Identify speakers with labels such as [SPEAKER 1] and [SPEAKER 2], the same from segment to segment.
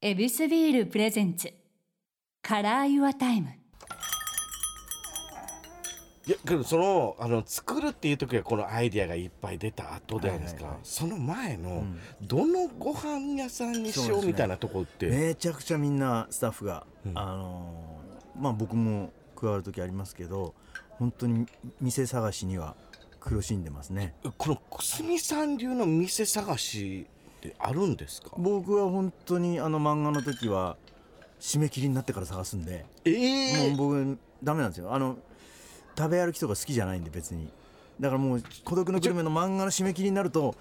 [SPEAKER 1] エビスビールプレゼンツカラーユアタイム
[SPEAKER 2] いやけどそのあの作るっていう時はこのアイディアがいっぱい出た後じゃないですか、
[SPEAKER 3] はいはいはい
[SPEAKER 2] その前の、
[SPEAKER 3] ん
[SPEAKER 2] どのご飯屋さんにし
[SPEAKER 3] そう
[SPEAKER 2] よ
[SPEAKER 3] で
[SPEAKER 2] う
[SPEAKER 3] すね
[SPEAKER 2] みたいなとこって、
[SPEAKER 3] めちゃくちゃみんなスタッフが、
[SPEAKER 2] うん
[SPEAKER 3] あのーまあ僕も加わる時ありますけど本当に店探しには苦しんでますね
[SPEAKER 2] この久住さん流の店探しってあるんですか
[SPEAKER 3] 僕は本当にあの漫画の時は締め切りになってから探すんで、
[SPEAKER 2] え
[SPEAKER 3] もう
[SPEAKER 2] ー、
[SPEAKER 3] 僕ダメなんですよあの食べ歩きとか好きじゃないんで別にだからもう「孤独のグルメ」の漫画の締め切りになると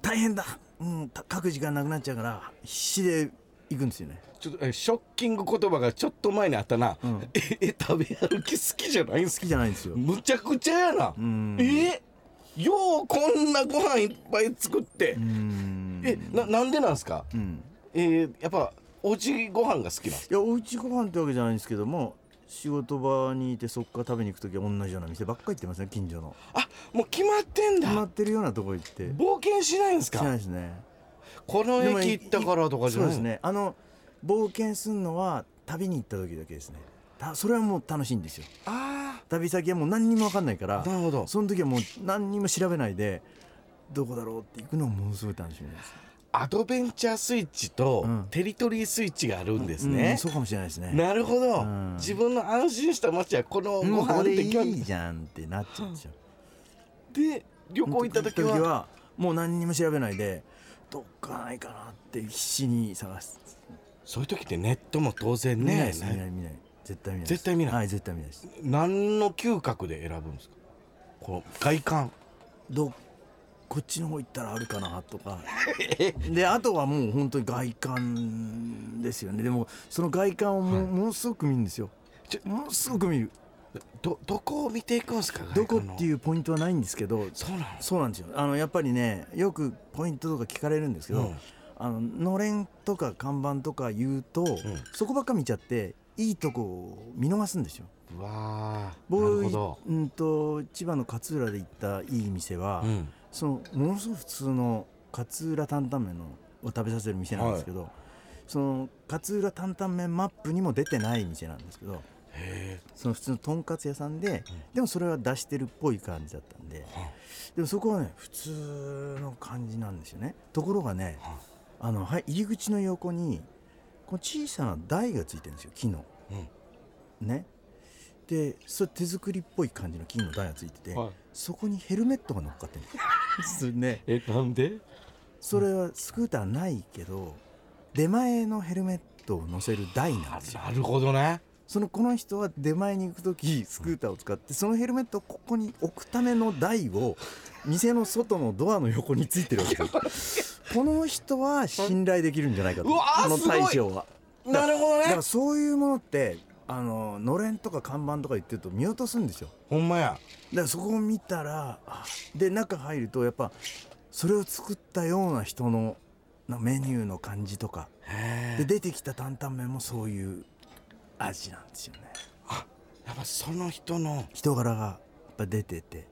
[SPEAKER 3] 大変だ、うん、た書く時間なくなっちゃうから必死で行くんですよね
[SPEAKER 2] ちょっとえショッキング言葉がちょっと前にあったな、
[SPEAKER 3] ん
[SPEAKER 2] え食べ歩き好きじゃないんす
[SPEAKER 3] 好
[SPEAKER 2] か
[SPEAKER 3] きじゃないんですよ
[SPEAKER 2] むちゃくちゃやな、
[SPEAKER 3] ん
[SPEAKER 2] えようこんなご飯いっぱい作って、
[SPEAKER 3] うん
[SPEAKER 2] えななんでなんすか、
[SPEAKER 3] うん
[SPEAKER 2] えーやっぱおうちご飯が好きなんです
[SPEAKER 3] いやおうちご飯ってわけじゃないんですけども仕事場にいてそっから食べに行く時は同じような店ばっかり行ってますね近所の
[SPEAKER 2] あもう決まってんだ
[SPEAKER 3] 決まってるようなとこ行ってし
[SPEAKER 2] 冒険しないんです
[SPEAKER 3] ない
[SPEAKER 2] か
[SPEAKER 3] ですね
[SPEAKER 2] この駅行ったからとかじゃない
[SPEAKER 3] そうですねあの冒険すんのは旅に行った時だけですねたそれはもう楽しいんですよ
[SPEAKER 2] あ
[SPEAKER 3] 旅先はもう何にも分かんないから
[SPEAKER 2] あなるほど
[SPEAKER 3] その時はもう何にも調べないでどこだろうって行くのもものすごい楽しみです
[SPEAKER 2] アドベンチャースイッチと
[SPEAKER 3] うん
[SPEAKER 2] テリトリースイッチがあるんです
[SPEAKER 3] うん
[SPEAKER 2] ね、
[SPEAKER 3] そうかもしれないですね
[SPEAKER 2] なるほど、
[SPEAKER 3] うん
[SPEAKER 2] 自分の安心した街はこの
[SPEAKER 3] うん
[SPEAKER 2] ご飯
[SPEAKER 3] こ
[SPEAKER 2] って
[SPEAKER 3] れい
[SPEAKER 2] 決まって
[SPEAKER 3] いじゃんってなっちゃうんですよ
[SPEAKER 2] で旅行行った時は
[SPEAKER 3] もう何にも調べないでどっかないかなって必死に探す
[SPEAKER 2] そういう時ってネットも当然
[SPEAKER 3] 見ないで
[SPEAKER 2] ね
[SPEAKER 3] す見ない見ない絶対見ないです
[SPEAKER 2] 絶対見ない
[SPEAKER 3] はい絶対見ないです
[SPEAKER 2] 何の嗅覚で選ぶんですかこの外観
[SPEAKER 3] どこっちの方行ったらあるかな とかであとはもう本当に外観ですよねでもその外観をも,、ものすごく見るんですよ
[SPEAKER 2] ちょ
[SPEAKER 3] ものすごく見る
[SPEAKER 2] どどこを見ていくんですか
[SPEAKER 3] どこって
[SPEAKER 2] う
[SPEAKER 3] いうポイントはないんですけど
[SPEAKER 2] そうなんです
[SPEAKER 3] そうなんですよあのやっぱりねよくポイントとか聞かれるんですけど、
[SPEAKER 2] うん
[SPEAKER 3] あののれんとか看板とか言うと、そこばっか見ちゃっていいとこを見逃すんですよ。
[SPEAKER 2] うわーなる
[SPEAKER 3] 僕
[SPEAKER 2] ほど、
[SPEAKER 3] うん、と千葉の勝浦で行ったいい店は、
[SPEAKER 2] うん、
[SPEAKER 3] そのものすごく普通の勝浦担々麺のを食べさせる店なんですけど、その勝浦担々麺マップにも出てない店なんですけど
[SPEAKER 2] へ
[SPEAKER 3] その普通のとんかつ屋さんで、でもそれは出してるっぽい感じだったんで、でもそこはね普通の感じなんですよねところがね、あのはい入り口の横にこの小さな台がついてるんですよ木の、ねでそれ手作りっぽい感じの木の台がついてて、
[SPEAKER 2] はい
[SPEAKER 3] そこにヘルメットが乗っかってるんですよそれね
[SPEAKER 2] えなんで
[SPEAKER 3] それはスクーターないけど出前のヘルメットを乗せる台なん
[SPEAKER 2] あ
[SPEAKER 3] ですよ
[SPEAKER 2] なるほどね
[SPEAKER 3] そのこの人は出前に行く時スクーターを使ってそのヘルメットをここに置くための台を店の外のドアの横についてるわけ ですこの人は信頼できるんじゃないかと
[SPEAKER 2] うわー
[SPEAKER 3] この大将は
[SPEAKER 2] なるほど
[SPEAKER 3] だから
[SPEAKER 2] ね
[SPEAKER 3] そういうものってあののれんとか看板とか言ってると見落とすんですよ
[SPEAKER 2] ほんまや
[SPEAKER 3] だからそこを見たらあで中入るとやっぱそれを作ったような人のなメニューの感じとか
[SPEAKER 2] へ
[SPEAKER 3] で出てきた担々麺もそういう味なんですよね
[SPEAKER 2] やっぱその人の
[SPEAKER 3] 人柄がやっぱ出てて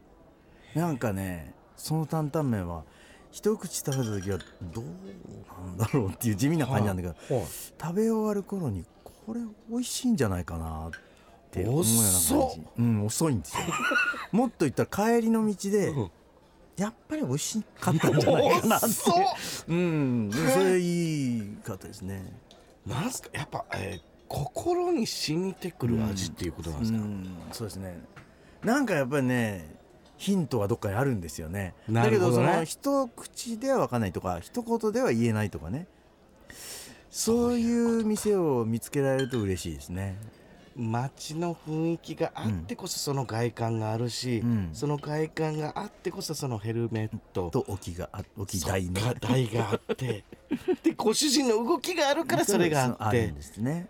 [SPEAKER 3] なんかねその担々麺は一口食べた時はどうなんだろうっていう地味な感じなんだけど、
[SPEAKER 2] はいはい
[SPEAKER 3] 食べ終わる頃にこれ美味しいんじゃないかなって思うような感
[SPEAKER 2] 遅
[SPEAKER 3] じ
[SPEAKER 2] っ
[SPEAKER 3] うん遅いんで すよもっと言ったら帰りの道で、
[SPEAKER 2] うん
[SPEAKER 3] やっぱり美味しかったんじゃないかなって
[SPEAKER 2] 遅っ
[SPEAKER 3] うんでもそれいい方ですね
[SPEAKER 2] なんすかやっぱ、えー心に染みてくる味っていうことなんです
[SPEAKER 3] う
[SPEAKER 2] か、
[SPEAKER 3] んそうですねなんかやっぱりねヒントはどっかにあるんですよね
[SPEAKER 2] なるほどね
[SPEAKER 3] だけどその一口では分かんないとか一言では言えないとかねそういう店を見つけられると嬉しいですね
[SPEAKER 2] 街の雰囲気があってこそその外観があるし、
[SPEAKER 3] ん
[SPEAKER 2] その外観があってこそそのヘルメット
[SPEAKER 3] と置きがあ置き台の
[SPEAKER 2] そっか台があって でご主人の動きがあるからそれがあっ
[SPEAKER 3] る
[SPEAKER 2] て
[SPEAKER 3] んですね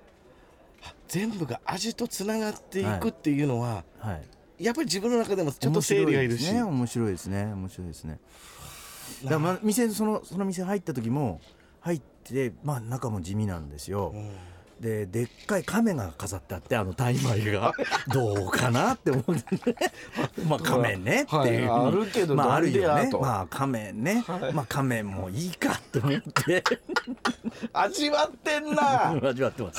[SPEAKER 2] 全部が味とつながっていくっていうのは、
[SPEAKER 3] はい
[SPEAKER 2] やっぱり自分の中でもちょっと整理がいるし
[SPEAKER 3] 面白いですね面白いですね面白いですねだから、まあ、店そのその店入った時も入ってまあ中も地味なんですよ、
[SPEAKER 2] うん
[SPEAKER 3] ででっかい亀が飾ってあってあのタイ 米がどうかなって思ってねまあ亀ねっていう、
[SPEAKER 2] はいあるけど
[SPEAKER 3] まああるよ
[SPEAKER 2] なんでや
[SPEAKER 3] ね
[SPEAKER 2] と
[SPEAKER 3] まあ亀ね、まあ亀もいいかって思って
[SPEAKER 2] 味わってんなあ
[SPEAKER 3] 味わってま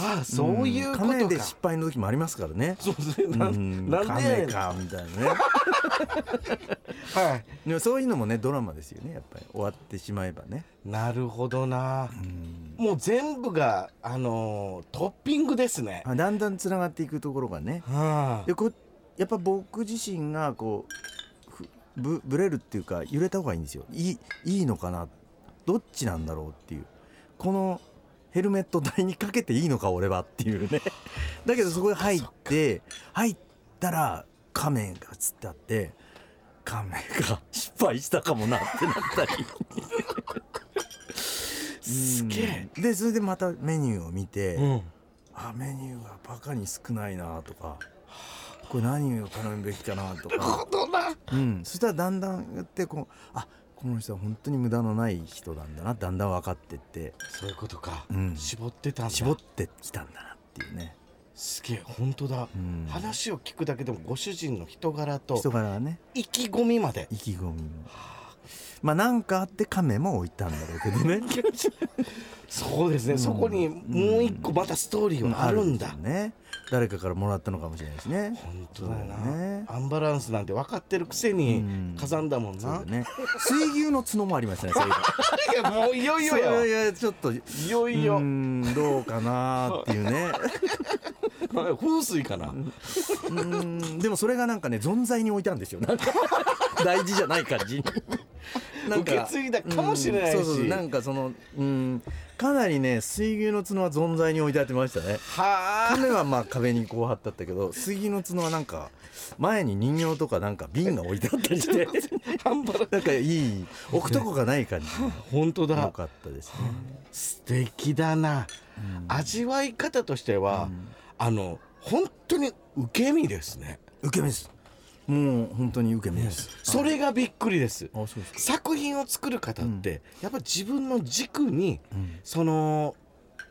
[SPEAKER 2] あそういうこ
[SPEAKER 3] 亀
[SPEAKER 2] と
[SPEAKER 3] で
[SPEAKER 2] か
[SPEAKER 3] 失敗の時もありますからね
[SPEAKER 2] そうですね な
[SPEAKER 3] うんん
[SPEAKER 2] なん
[SPEAKER 3] 亀
[SPEAKER 2] で
[SPEAKER 3] かみたいなね
[SPEAKER 2] は
[SPEAKER 3] でもそういうのもねドラマですよねやっぱり終わってしまえばね
[SPEAKER 2] いなるほどなもう全部があのートッピングですね
[SPEAKER 3] まあだんだんつながっていくところがね
[SPEAKER 2] は
[SPEAKER 3] でこやっぱ僕自身がこうふぶぶれるっていうか揺れた方がいいんですよいいいいのかなどっちなんだろうっていうこのヘルメット台にかけていいのか俺はっていうね だけどそこで入って入ったら仮面がつってあって仮面が 失敗したかもなってなったりす
[SPEAKER 2] げえ
[SPEAKER 3] でそれでまたメニューを見て、
[SPEAKER 2] いうん
[SPEAKER 3] あメニューがバカに少ないなとかこれ何を頼むべきかなとか、
[SPEAKER 2] ことな
[SPEAKER 3] うん、そしたらだんだんやってこうあこの人は本当に無駄のない人なんだなだんだん分かってって
[SPEAKER 2] そういうことか、
[SPEAKER 3] うん
[SPEAKER 2] 絞ってたんだ
[SPEAKER 3] 絞ってきたんだなっていうね、
[SPEAKER 2] すげえ本当だ、
[SPEAKER 3] うん、
[SPEAKER 2] 話を聞くだけでもご主人の人柄と
[SPEAKER 3] 人柄がね
[SPEAKER 2] 意気込みまで
[SPEAKER 3] 意気込みもまあなんかあって亀も置いたんだろうけど ね
[SPEAKER 2] そうですね、そこにもう一個またストーリーはあるんだ、
[SPEAKER 3] あでしょうね誰かからもらったのかもしれないしね
[SPEAKER 2] 本当だよな、
[SPEAKER 3] そうだね
[SPEAKER 2] アンバランスなんて分かってるくせ
[SPEAKER 3] う
[SPEAKER 2] に
[SPEAKER 3] ん
[SPEAKER 2] かさんだもん
[SPEAKER 3] そう
[SPEAKER 2] な、
[SPEAKER 3] だね水牛の角もありましたねそういえば
[SPEAKER 2] いやもういよいよ
[SPEAKER 3] そうい
[SPEAKER 2] よ
[SPEAKER 3] やちょっと
[SPEAKER 2] いよいよ、
[SPEAKER 3] うーんどうかなーっていうね
[SPEAKER 2] 風水かな、
[SPEAKER 3] うーんでもそれがなんかね存在に置いたんですよなんか大事じゃない感じになんか
[SPEAKER 2] 受け継いだかもしれないし
[SPEAKER 3] うんそうそうそうなんかそのうんかなりね水牛の角は存在に置いてあってましたね
[SPEAKER 2] はあ
[SPEAKER 3] 亀はまあ壁にこう貼ってあったけど水牛の角はなんか前に人形とかなんか瓶が置いてあったりして
[SPEAKER 2] アンバランス
[SPEAKER 3] なんかいい置くとこがない感じ
[SPEAKER 2] 本当
[SPEAKER 3] 良
[SPEAKER 2] だ
[SPEAKER 3] かったですね
[SPEAKER 2] 素敵だな、味わい方としては、あの本当に受け身ですね
[SPEAKER 3] 受け身ですもう本当に受け身です
[SPEAKER 2] それがびっくりです
[SPEAKER 3] あそうですか
[SPEAKER 2] 作品を作る方って、やっぱ自分の軸に、
[SPEAKER 3] ん
[SPEAKER 2] その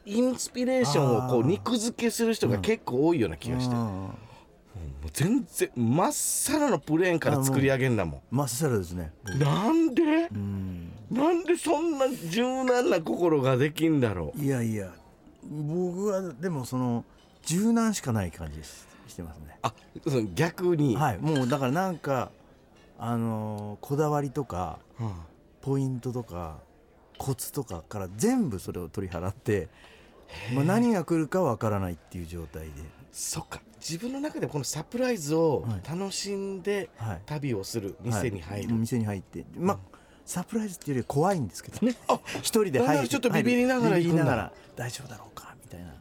[SPEAKER 2] インスピレーションをこう
[SPEAKER 3] あー
[SPEAKER 2] 肉付けする人が結構多いような気がして、も
[SPEAKER 3] あー
[SPEAKER 2] う全然まっさらのプレーンから作り上げんだも
[SPEAKER 3] まっさらですね。
[SPEAKER 2] んなんで
[SPEAKER 3] うん。
[SPEAKER 2] なんでそんな柔軟な心ができんだろう
[SPEAKER 3] いやいや、僕はでもその柔軟しかない感じです。してますね。
[SPEAKER 2] あその逆に、
[SPEAKER 3] はい、もうだからなんかあのーこだわりとか
[SPEAKER 2] はあ
[SPEAKER 3] ポイントとかコツとかから全部それを取り払って、まあ何が来るかわからないっていう状態で、
[SPEAKER 2] そっか自分の中でこのサプライズを
[SPEAKER 3] はい
[SPEAKER 2] 楽しんで
[SPEAKER 3] はい。
[SPEAKER 2] 旅をする店に入る、
[SPEAKER 3] はい店に入ってまあサプライズっていうより怖いんです けどね一人で
[SPEAKER 2] なんな
[SPEAKER 3] 入
[SPEAKER 2] ら
[SPEAKER 3] る
[SPEAKER 2] ちょっとビビりながら
[SPEAKER 3] 入る
[SPEAKER 2] 行
[SPEAKER 3] ビ
[SPEAKER 2] く
[SPEAKER 3] ビ
[SPEAKER 2] んだ
[SPEAKER 3] りながら大丈夫だろうかみたいな、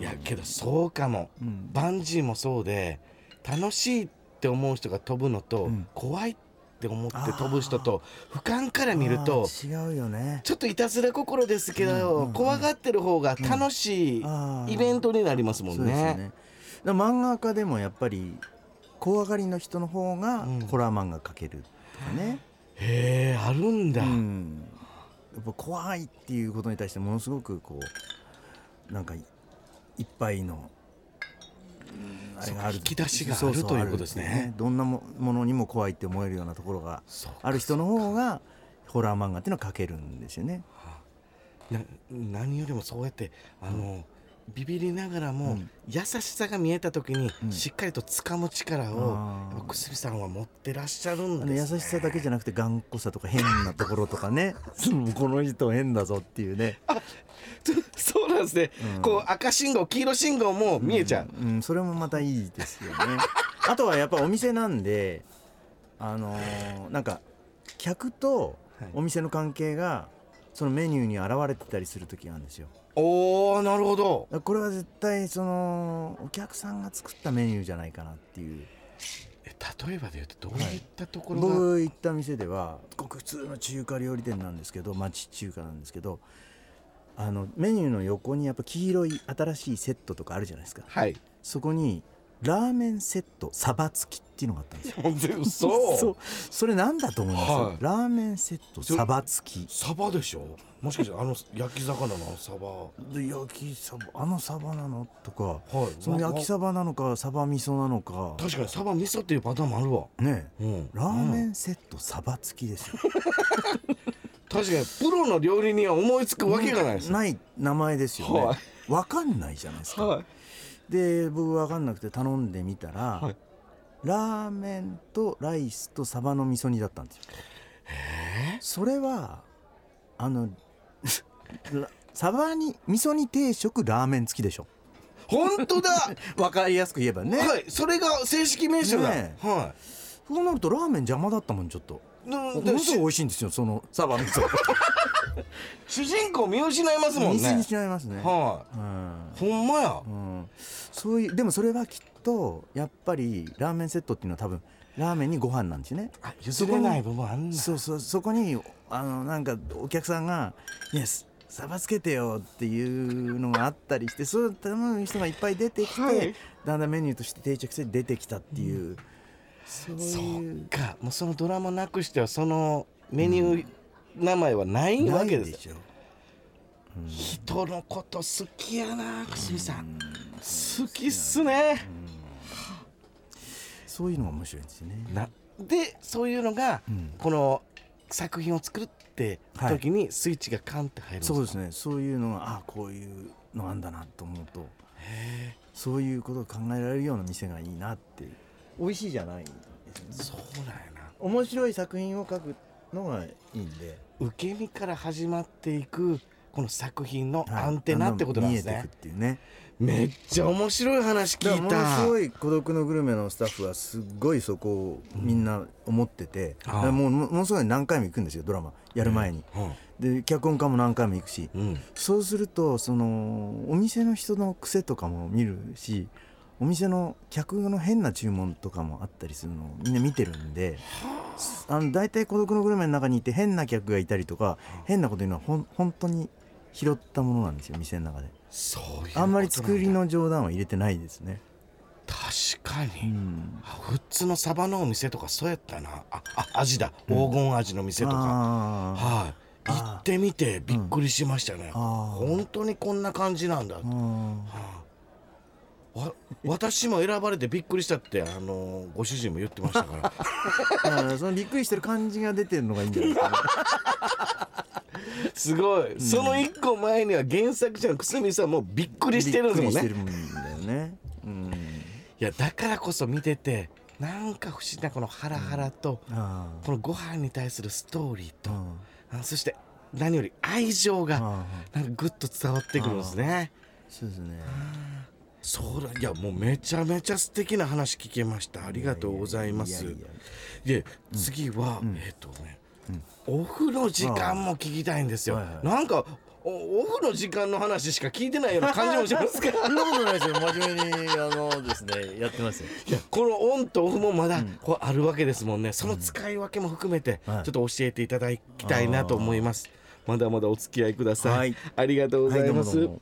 [SPEAKER 2] いやけどそうかも、
[SPEAKER 3] うん
[SPEAKER 2] バンジーもそうで楽しいって思う人が飛ぶのと、
[SPEAKER 3] うん
[SPEAKER 2] 怖いって思って飛ぶ人と俯瞰から見ると
[SPEAKER 3] あー違うよね
[SPEAKER 2] ちょっといたずら心ですけど、怖がってる方が楽しい
[SPEAKER 3] あー
[SPEAKER 2] イベントになりますもん
[SPEAKER 3] そうですよ
[SPEAKER 2] ね。
[SPEAKER 3] ねだから漫画家でもやっぱり怖がりの人の方が
[SPEAKER 2] うん
[SPEAKER 3] ホラー漫画描けるとかね、
[SPEAKER 2] へえあるんだ、
[SPEAKER 3] うんやっぱ怖いっていうことに対してものすごくこうなんかいいっぱいの、うんあれがある
[SPEAKER 2] そうか引き出しがある
[SPEAKER 3] そうそう
[SPEAKER 2] ということですね
[SPEAKER 3] あるっていうどんなもものにも怖いって思えるようなところが
[SPEAKER 2] そうか
[SPEAKER 3] ある人の方がホラー漫画っていうのは描けるんですよね。
[SPEAKER 2] な何よりもそうやってあの、ビビりながらも、
[SPEAKER 3] うん
[SPEAKER 2] 優しさが見えた時に、
[SPEAKER 3] うん
[SPEAKER 2] しっかりと掴む力を
[SPEAKER 3] あ
[SPEAKER 2] や
[SPEAKER 3] ー
[SPEAKER 2] っぱ久住さんは持ってらっしゃるん
[SPEAKER 3] あ
[SPEAKER 2] です、
[SPEAKER 3] の
[SPEAKER 2] ね、
[SPEAKER 3] 優しさだけじゃなくて頑固さとか変なところとかね うんこの人変だぞっていうね
[SPEAKER 2] そうなんですね、
[SPEAKER 3] うん
[SPEAKER 2] こう赤信号黄色信号も見えちゃう、
[SPEAKER 3] ん、それもまたいいで すよねあとはやっぱお店なんであのーなんか客と
[SPEAKER 2] はい
[SPEAKER 3] お店の関係がそのメニューに現れてたりする時があるんですよ
[SPEAKER 2] おおなるほど
[SPEAKER 3] だからこれは絶対そのお客さんが作ったメニューじゃないかなっていう
[SPEAKER 2] え例えばで言うとどういったところが、
[SPEAKER 3] 僕行った店ではごく普通の中華料理店なんですけど町中華なんですけど あのメニューの横にやっぱ黄色い新しいセットとかあるじゃないですか
[SPEAKER 2] はい
[SPEAKER 3] そこにラーメンセットサバ付きっていうのがあったんですよ
[SPEAKER 2] ほんで嘘
[SPEAKER 3] そうそれなんだと思います、
[SPEAKER 2] はい
[SPEAKER 3] ラーメンセットサバ付き
[SPEAKER 2] サバでしょもしかしてあの焼き魚のあのサバ
[SPEAKER 3] で焼きサバあのサバなのとか、
[SPEAKER 2] はい
[SPEAKER 3] その焼き
[SPEAKER 2] バ
[SPEAKER 3] サバなのかサバ味噌なのか
[SPEAKER 2] 確かにサバ味噌っていうパターンもあるわ
[SPEAKER 3] ねえ
[SPEAKER 2] うん
[SPEAKER 3] ラーメ
[SPEAKER 2] うん
[SPEAKER 3] ンセットサバ付きですよ
[SPEAKER 2] 確かにプロの料理人は思いつくわけがないです
[SPEAKER 3] ない名前ですよね、
[SPEAKER 2] はい
[SPEAKER 3] わかんないじゃないですか、
[SPEAKER 2] はい
[SPEAKER 3] で僕わかんなくて頼んでみたら、
[SPEAKER 2] はい
[SPEAKER 3] ラーメンとライスとサバの味噌煮だったんですよそれはあの らサバに味噌煮定食ラーメン付きでしょ
[SPEAKER 2] 本当だ
[SPEAKER 3] わかりやすく言えば ね、
[SPEAKER 2] はいそれが正式名称だ
[SPEAKER 3] ね
[SPEAKER 2] は
[SPEAKER 3] そうなるとラーメン邪魔だったもんちょっと
[SPEAKER 2] いな
[SPEAKER 3] も
[SPEAKER 2] で
[SPEAKER 3] のすごい
[SPEAKER 2] し
[SPEAKER 3] 美味しいんですよそのサバ味 噌
[SPEAKER 2] 主人公見失いますもん
[SPEAKER 3] 水に
[SPEAKER 2] ね
[SPEAKER 3] しちゃいますね、
[SPEAKER 2] は
[SPEAKER 3] うん
[SPEAKER 2] いほんまや
[SPEAKER 3] うん、そういうでもそれはきっとやっぱりラーメンセットっていうのは多分ラーメンにご飯なんですよね
[SPEAKER 2] あ譲れない部分あんな
[SPEAKER 3] そうそうそこにあのなんかお客さんが「イエスサバつけてよ」っていうのがあったりしてそう頼む人がいっぱい出てきて、
[SPEAKER 2] はい
[SPEAKER 3] だんだんメニューとして定着して出てきたっていう、そう
[SPEAKER 2] そ
[SPEAKER 3] いう
[SPEAKER 2] っかもうそのドラマなくしてはそのメニュー名前はないわけですよ
[SPEAKER 3] すよ
[SPEAKER 2] 人のこと好きやな久住さん好きっすね
[SPEAKER 3] そういうのが面白いんですよね
[SPEAKER 2] なでそういうのが、
[SPEAKER 3] ん
[SPEAKER 2] この作品を作るって時にスイッチがカンって入るんですか
[SPEAKER 3] そうですねそういうのがあこういうのあんだなと思うとそういうことを考えられるような店がいいなって美味しいじゃないです
[SPEAKER 2] そう
[SPEAKER 3] ね
[SPEAKER 2] なんやな
[SPEAKER 3] 面白い作品を書くのがいいんで
[SPEAKER 2] 受け身から始まっていくこの作品の
[SPEAKER 3] はい
[SPEAKER 2] アンテナってことなんですね、
[SPEAKER 3] 見えてくっていうね
[SPEAKER 2] めっちゃ面白い話
[SPEAKER 3] だか
[SPEAKER 2] 聞
[SPEAKER 3] ら
[SPEAKER 2] い
[SPEAKER 3] もの
[SPEAKER 2] た
[SPEAKER 3] すごい孤独のグルメのスタッフはすっごいそこをみんな思ってて、だからもうものすごい何回も行くんですよドラマやる前に、で脚本家も何回も行くし、
[SPEAKER 2] うん、
[SPEAKER 3] そうするとそのお店の人の癖とかも見るしお店の客の変な注文とかもあったりするのをみんな見てるんであの大体「孤独のグルメ」の中にいて変な客がいたりとか変なこと言うのはほん本当に拾ったものなんですよ店の中で
[SPEAKER 2] そういうことなんだ
[SPEAKER 3] あんまり作りの冗談は入れてないですね
[SPEAKER 2] 確か
[SPEAKER 3] う
[SPEAKER 2] に、
[SPEAKER 3] ん
[SPEAKER 2] あ普通のサバのお店とかそうやったなああ味だ黄金味の店とか、
[SPEAKER 3] あ
[SPEAKER 2] はい、
[SPEAKER 3] あー
[SPEAKER 2] 行ってみてびっくりしましたね、
[SPEAKER 3] ーあー
[SPEAKER 2] 本当にこんな感じなんだ、
[SPEAKER 3] あー
[SPEAKER 2] わ私も選ばれてびっくりしたって、あのご主人も言ってました から
[SPEAKER 3] だからそのびっくりしてる感じが出てるのがいいんじゃないですかね
[SPEAKER 2] すごい、その一個前には原作者の久住さんもびっくりしてるんですもん
[SPEAKER 3] び
[SPEAKER 2] ね
[SPEAKER 3] っくりしてるんだよね。うん。
[SPEAKER 2] いやだからこそ見ててなんか不思議なこのハラハラと、
[SPEAKER 3] あ
[SPEAKER 2] このご飯に対するストーリー
[SPEAKER 3] あ。
[SPEAKER 2] と、あそして何より愛情が
[SPEAKER 3] ああ。
[SPEAKER 2] なんかぐっと伝わってくるんですね
[SPEAKER 3] そうで すね。
[SPEAKER 2] そうだいやもうめちゃめちゃ素敵な話聞けましたありがとうございます
[SPEAKER 3] ややや
[SPEAKER 2] で次は、えっ、とね、オフの時間も聞きたいんですよ、
[SPEAKER 3] はいはい
[SPEAKER 2] なんかおオフの時間の話しか聞いてないような感じもしますけど
[SPEAKER 3] そんなこと ないですよ。真面目に、あのですね、やってますよ。
[SPEAKER 2] いやこのオンとオフもまだこうあるわけですもんねその使い分けも含めてちょ
[SPEAKER 3] は
[SPEAKER 2] っ
[SPEAKER 3] い
[SPEAKER 2] と教えていただきたいなと思います、まだまだお付き合いください、
[SPEAKER 3] はい
[SPEAKER 2] ありがとうござい
[SPEAKER 3] は
[SPEAKER 2] ま
[SPEAKER 3] いどうも
[SPEAKER 2] す、
[SPEAKER 3] どうも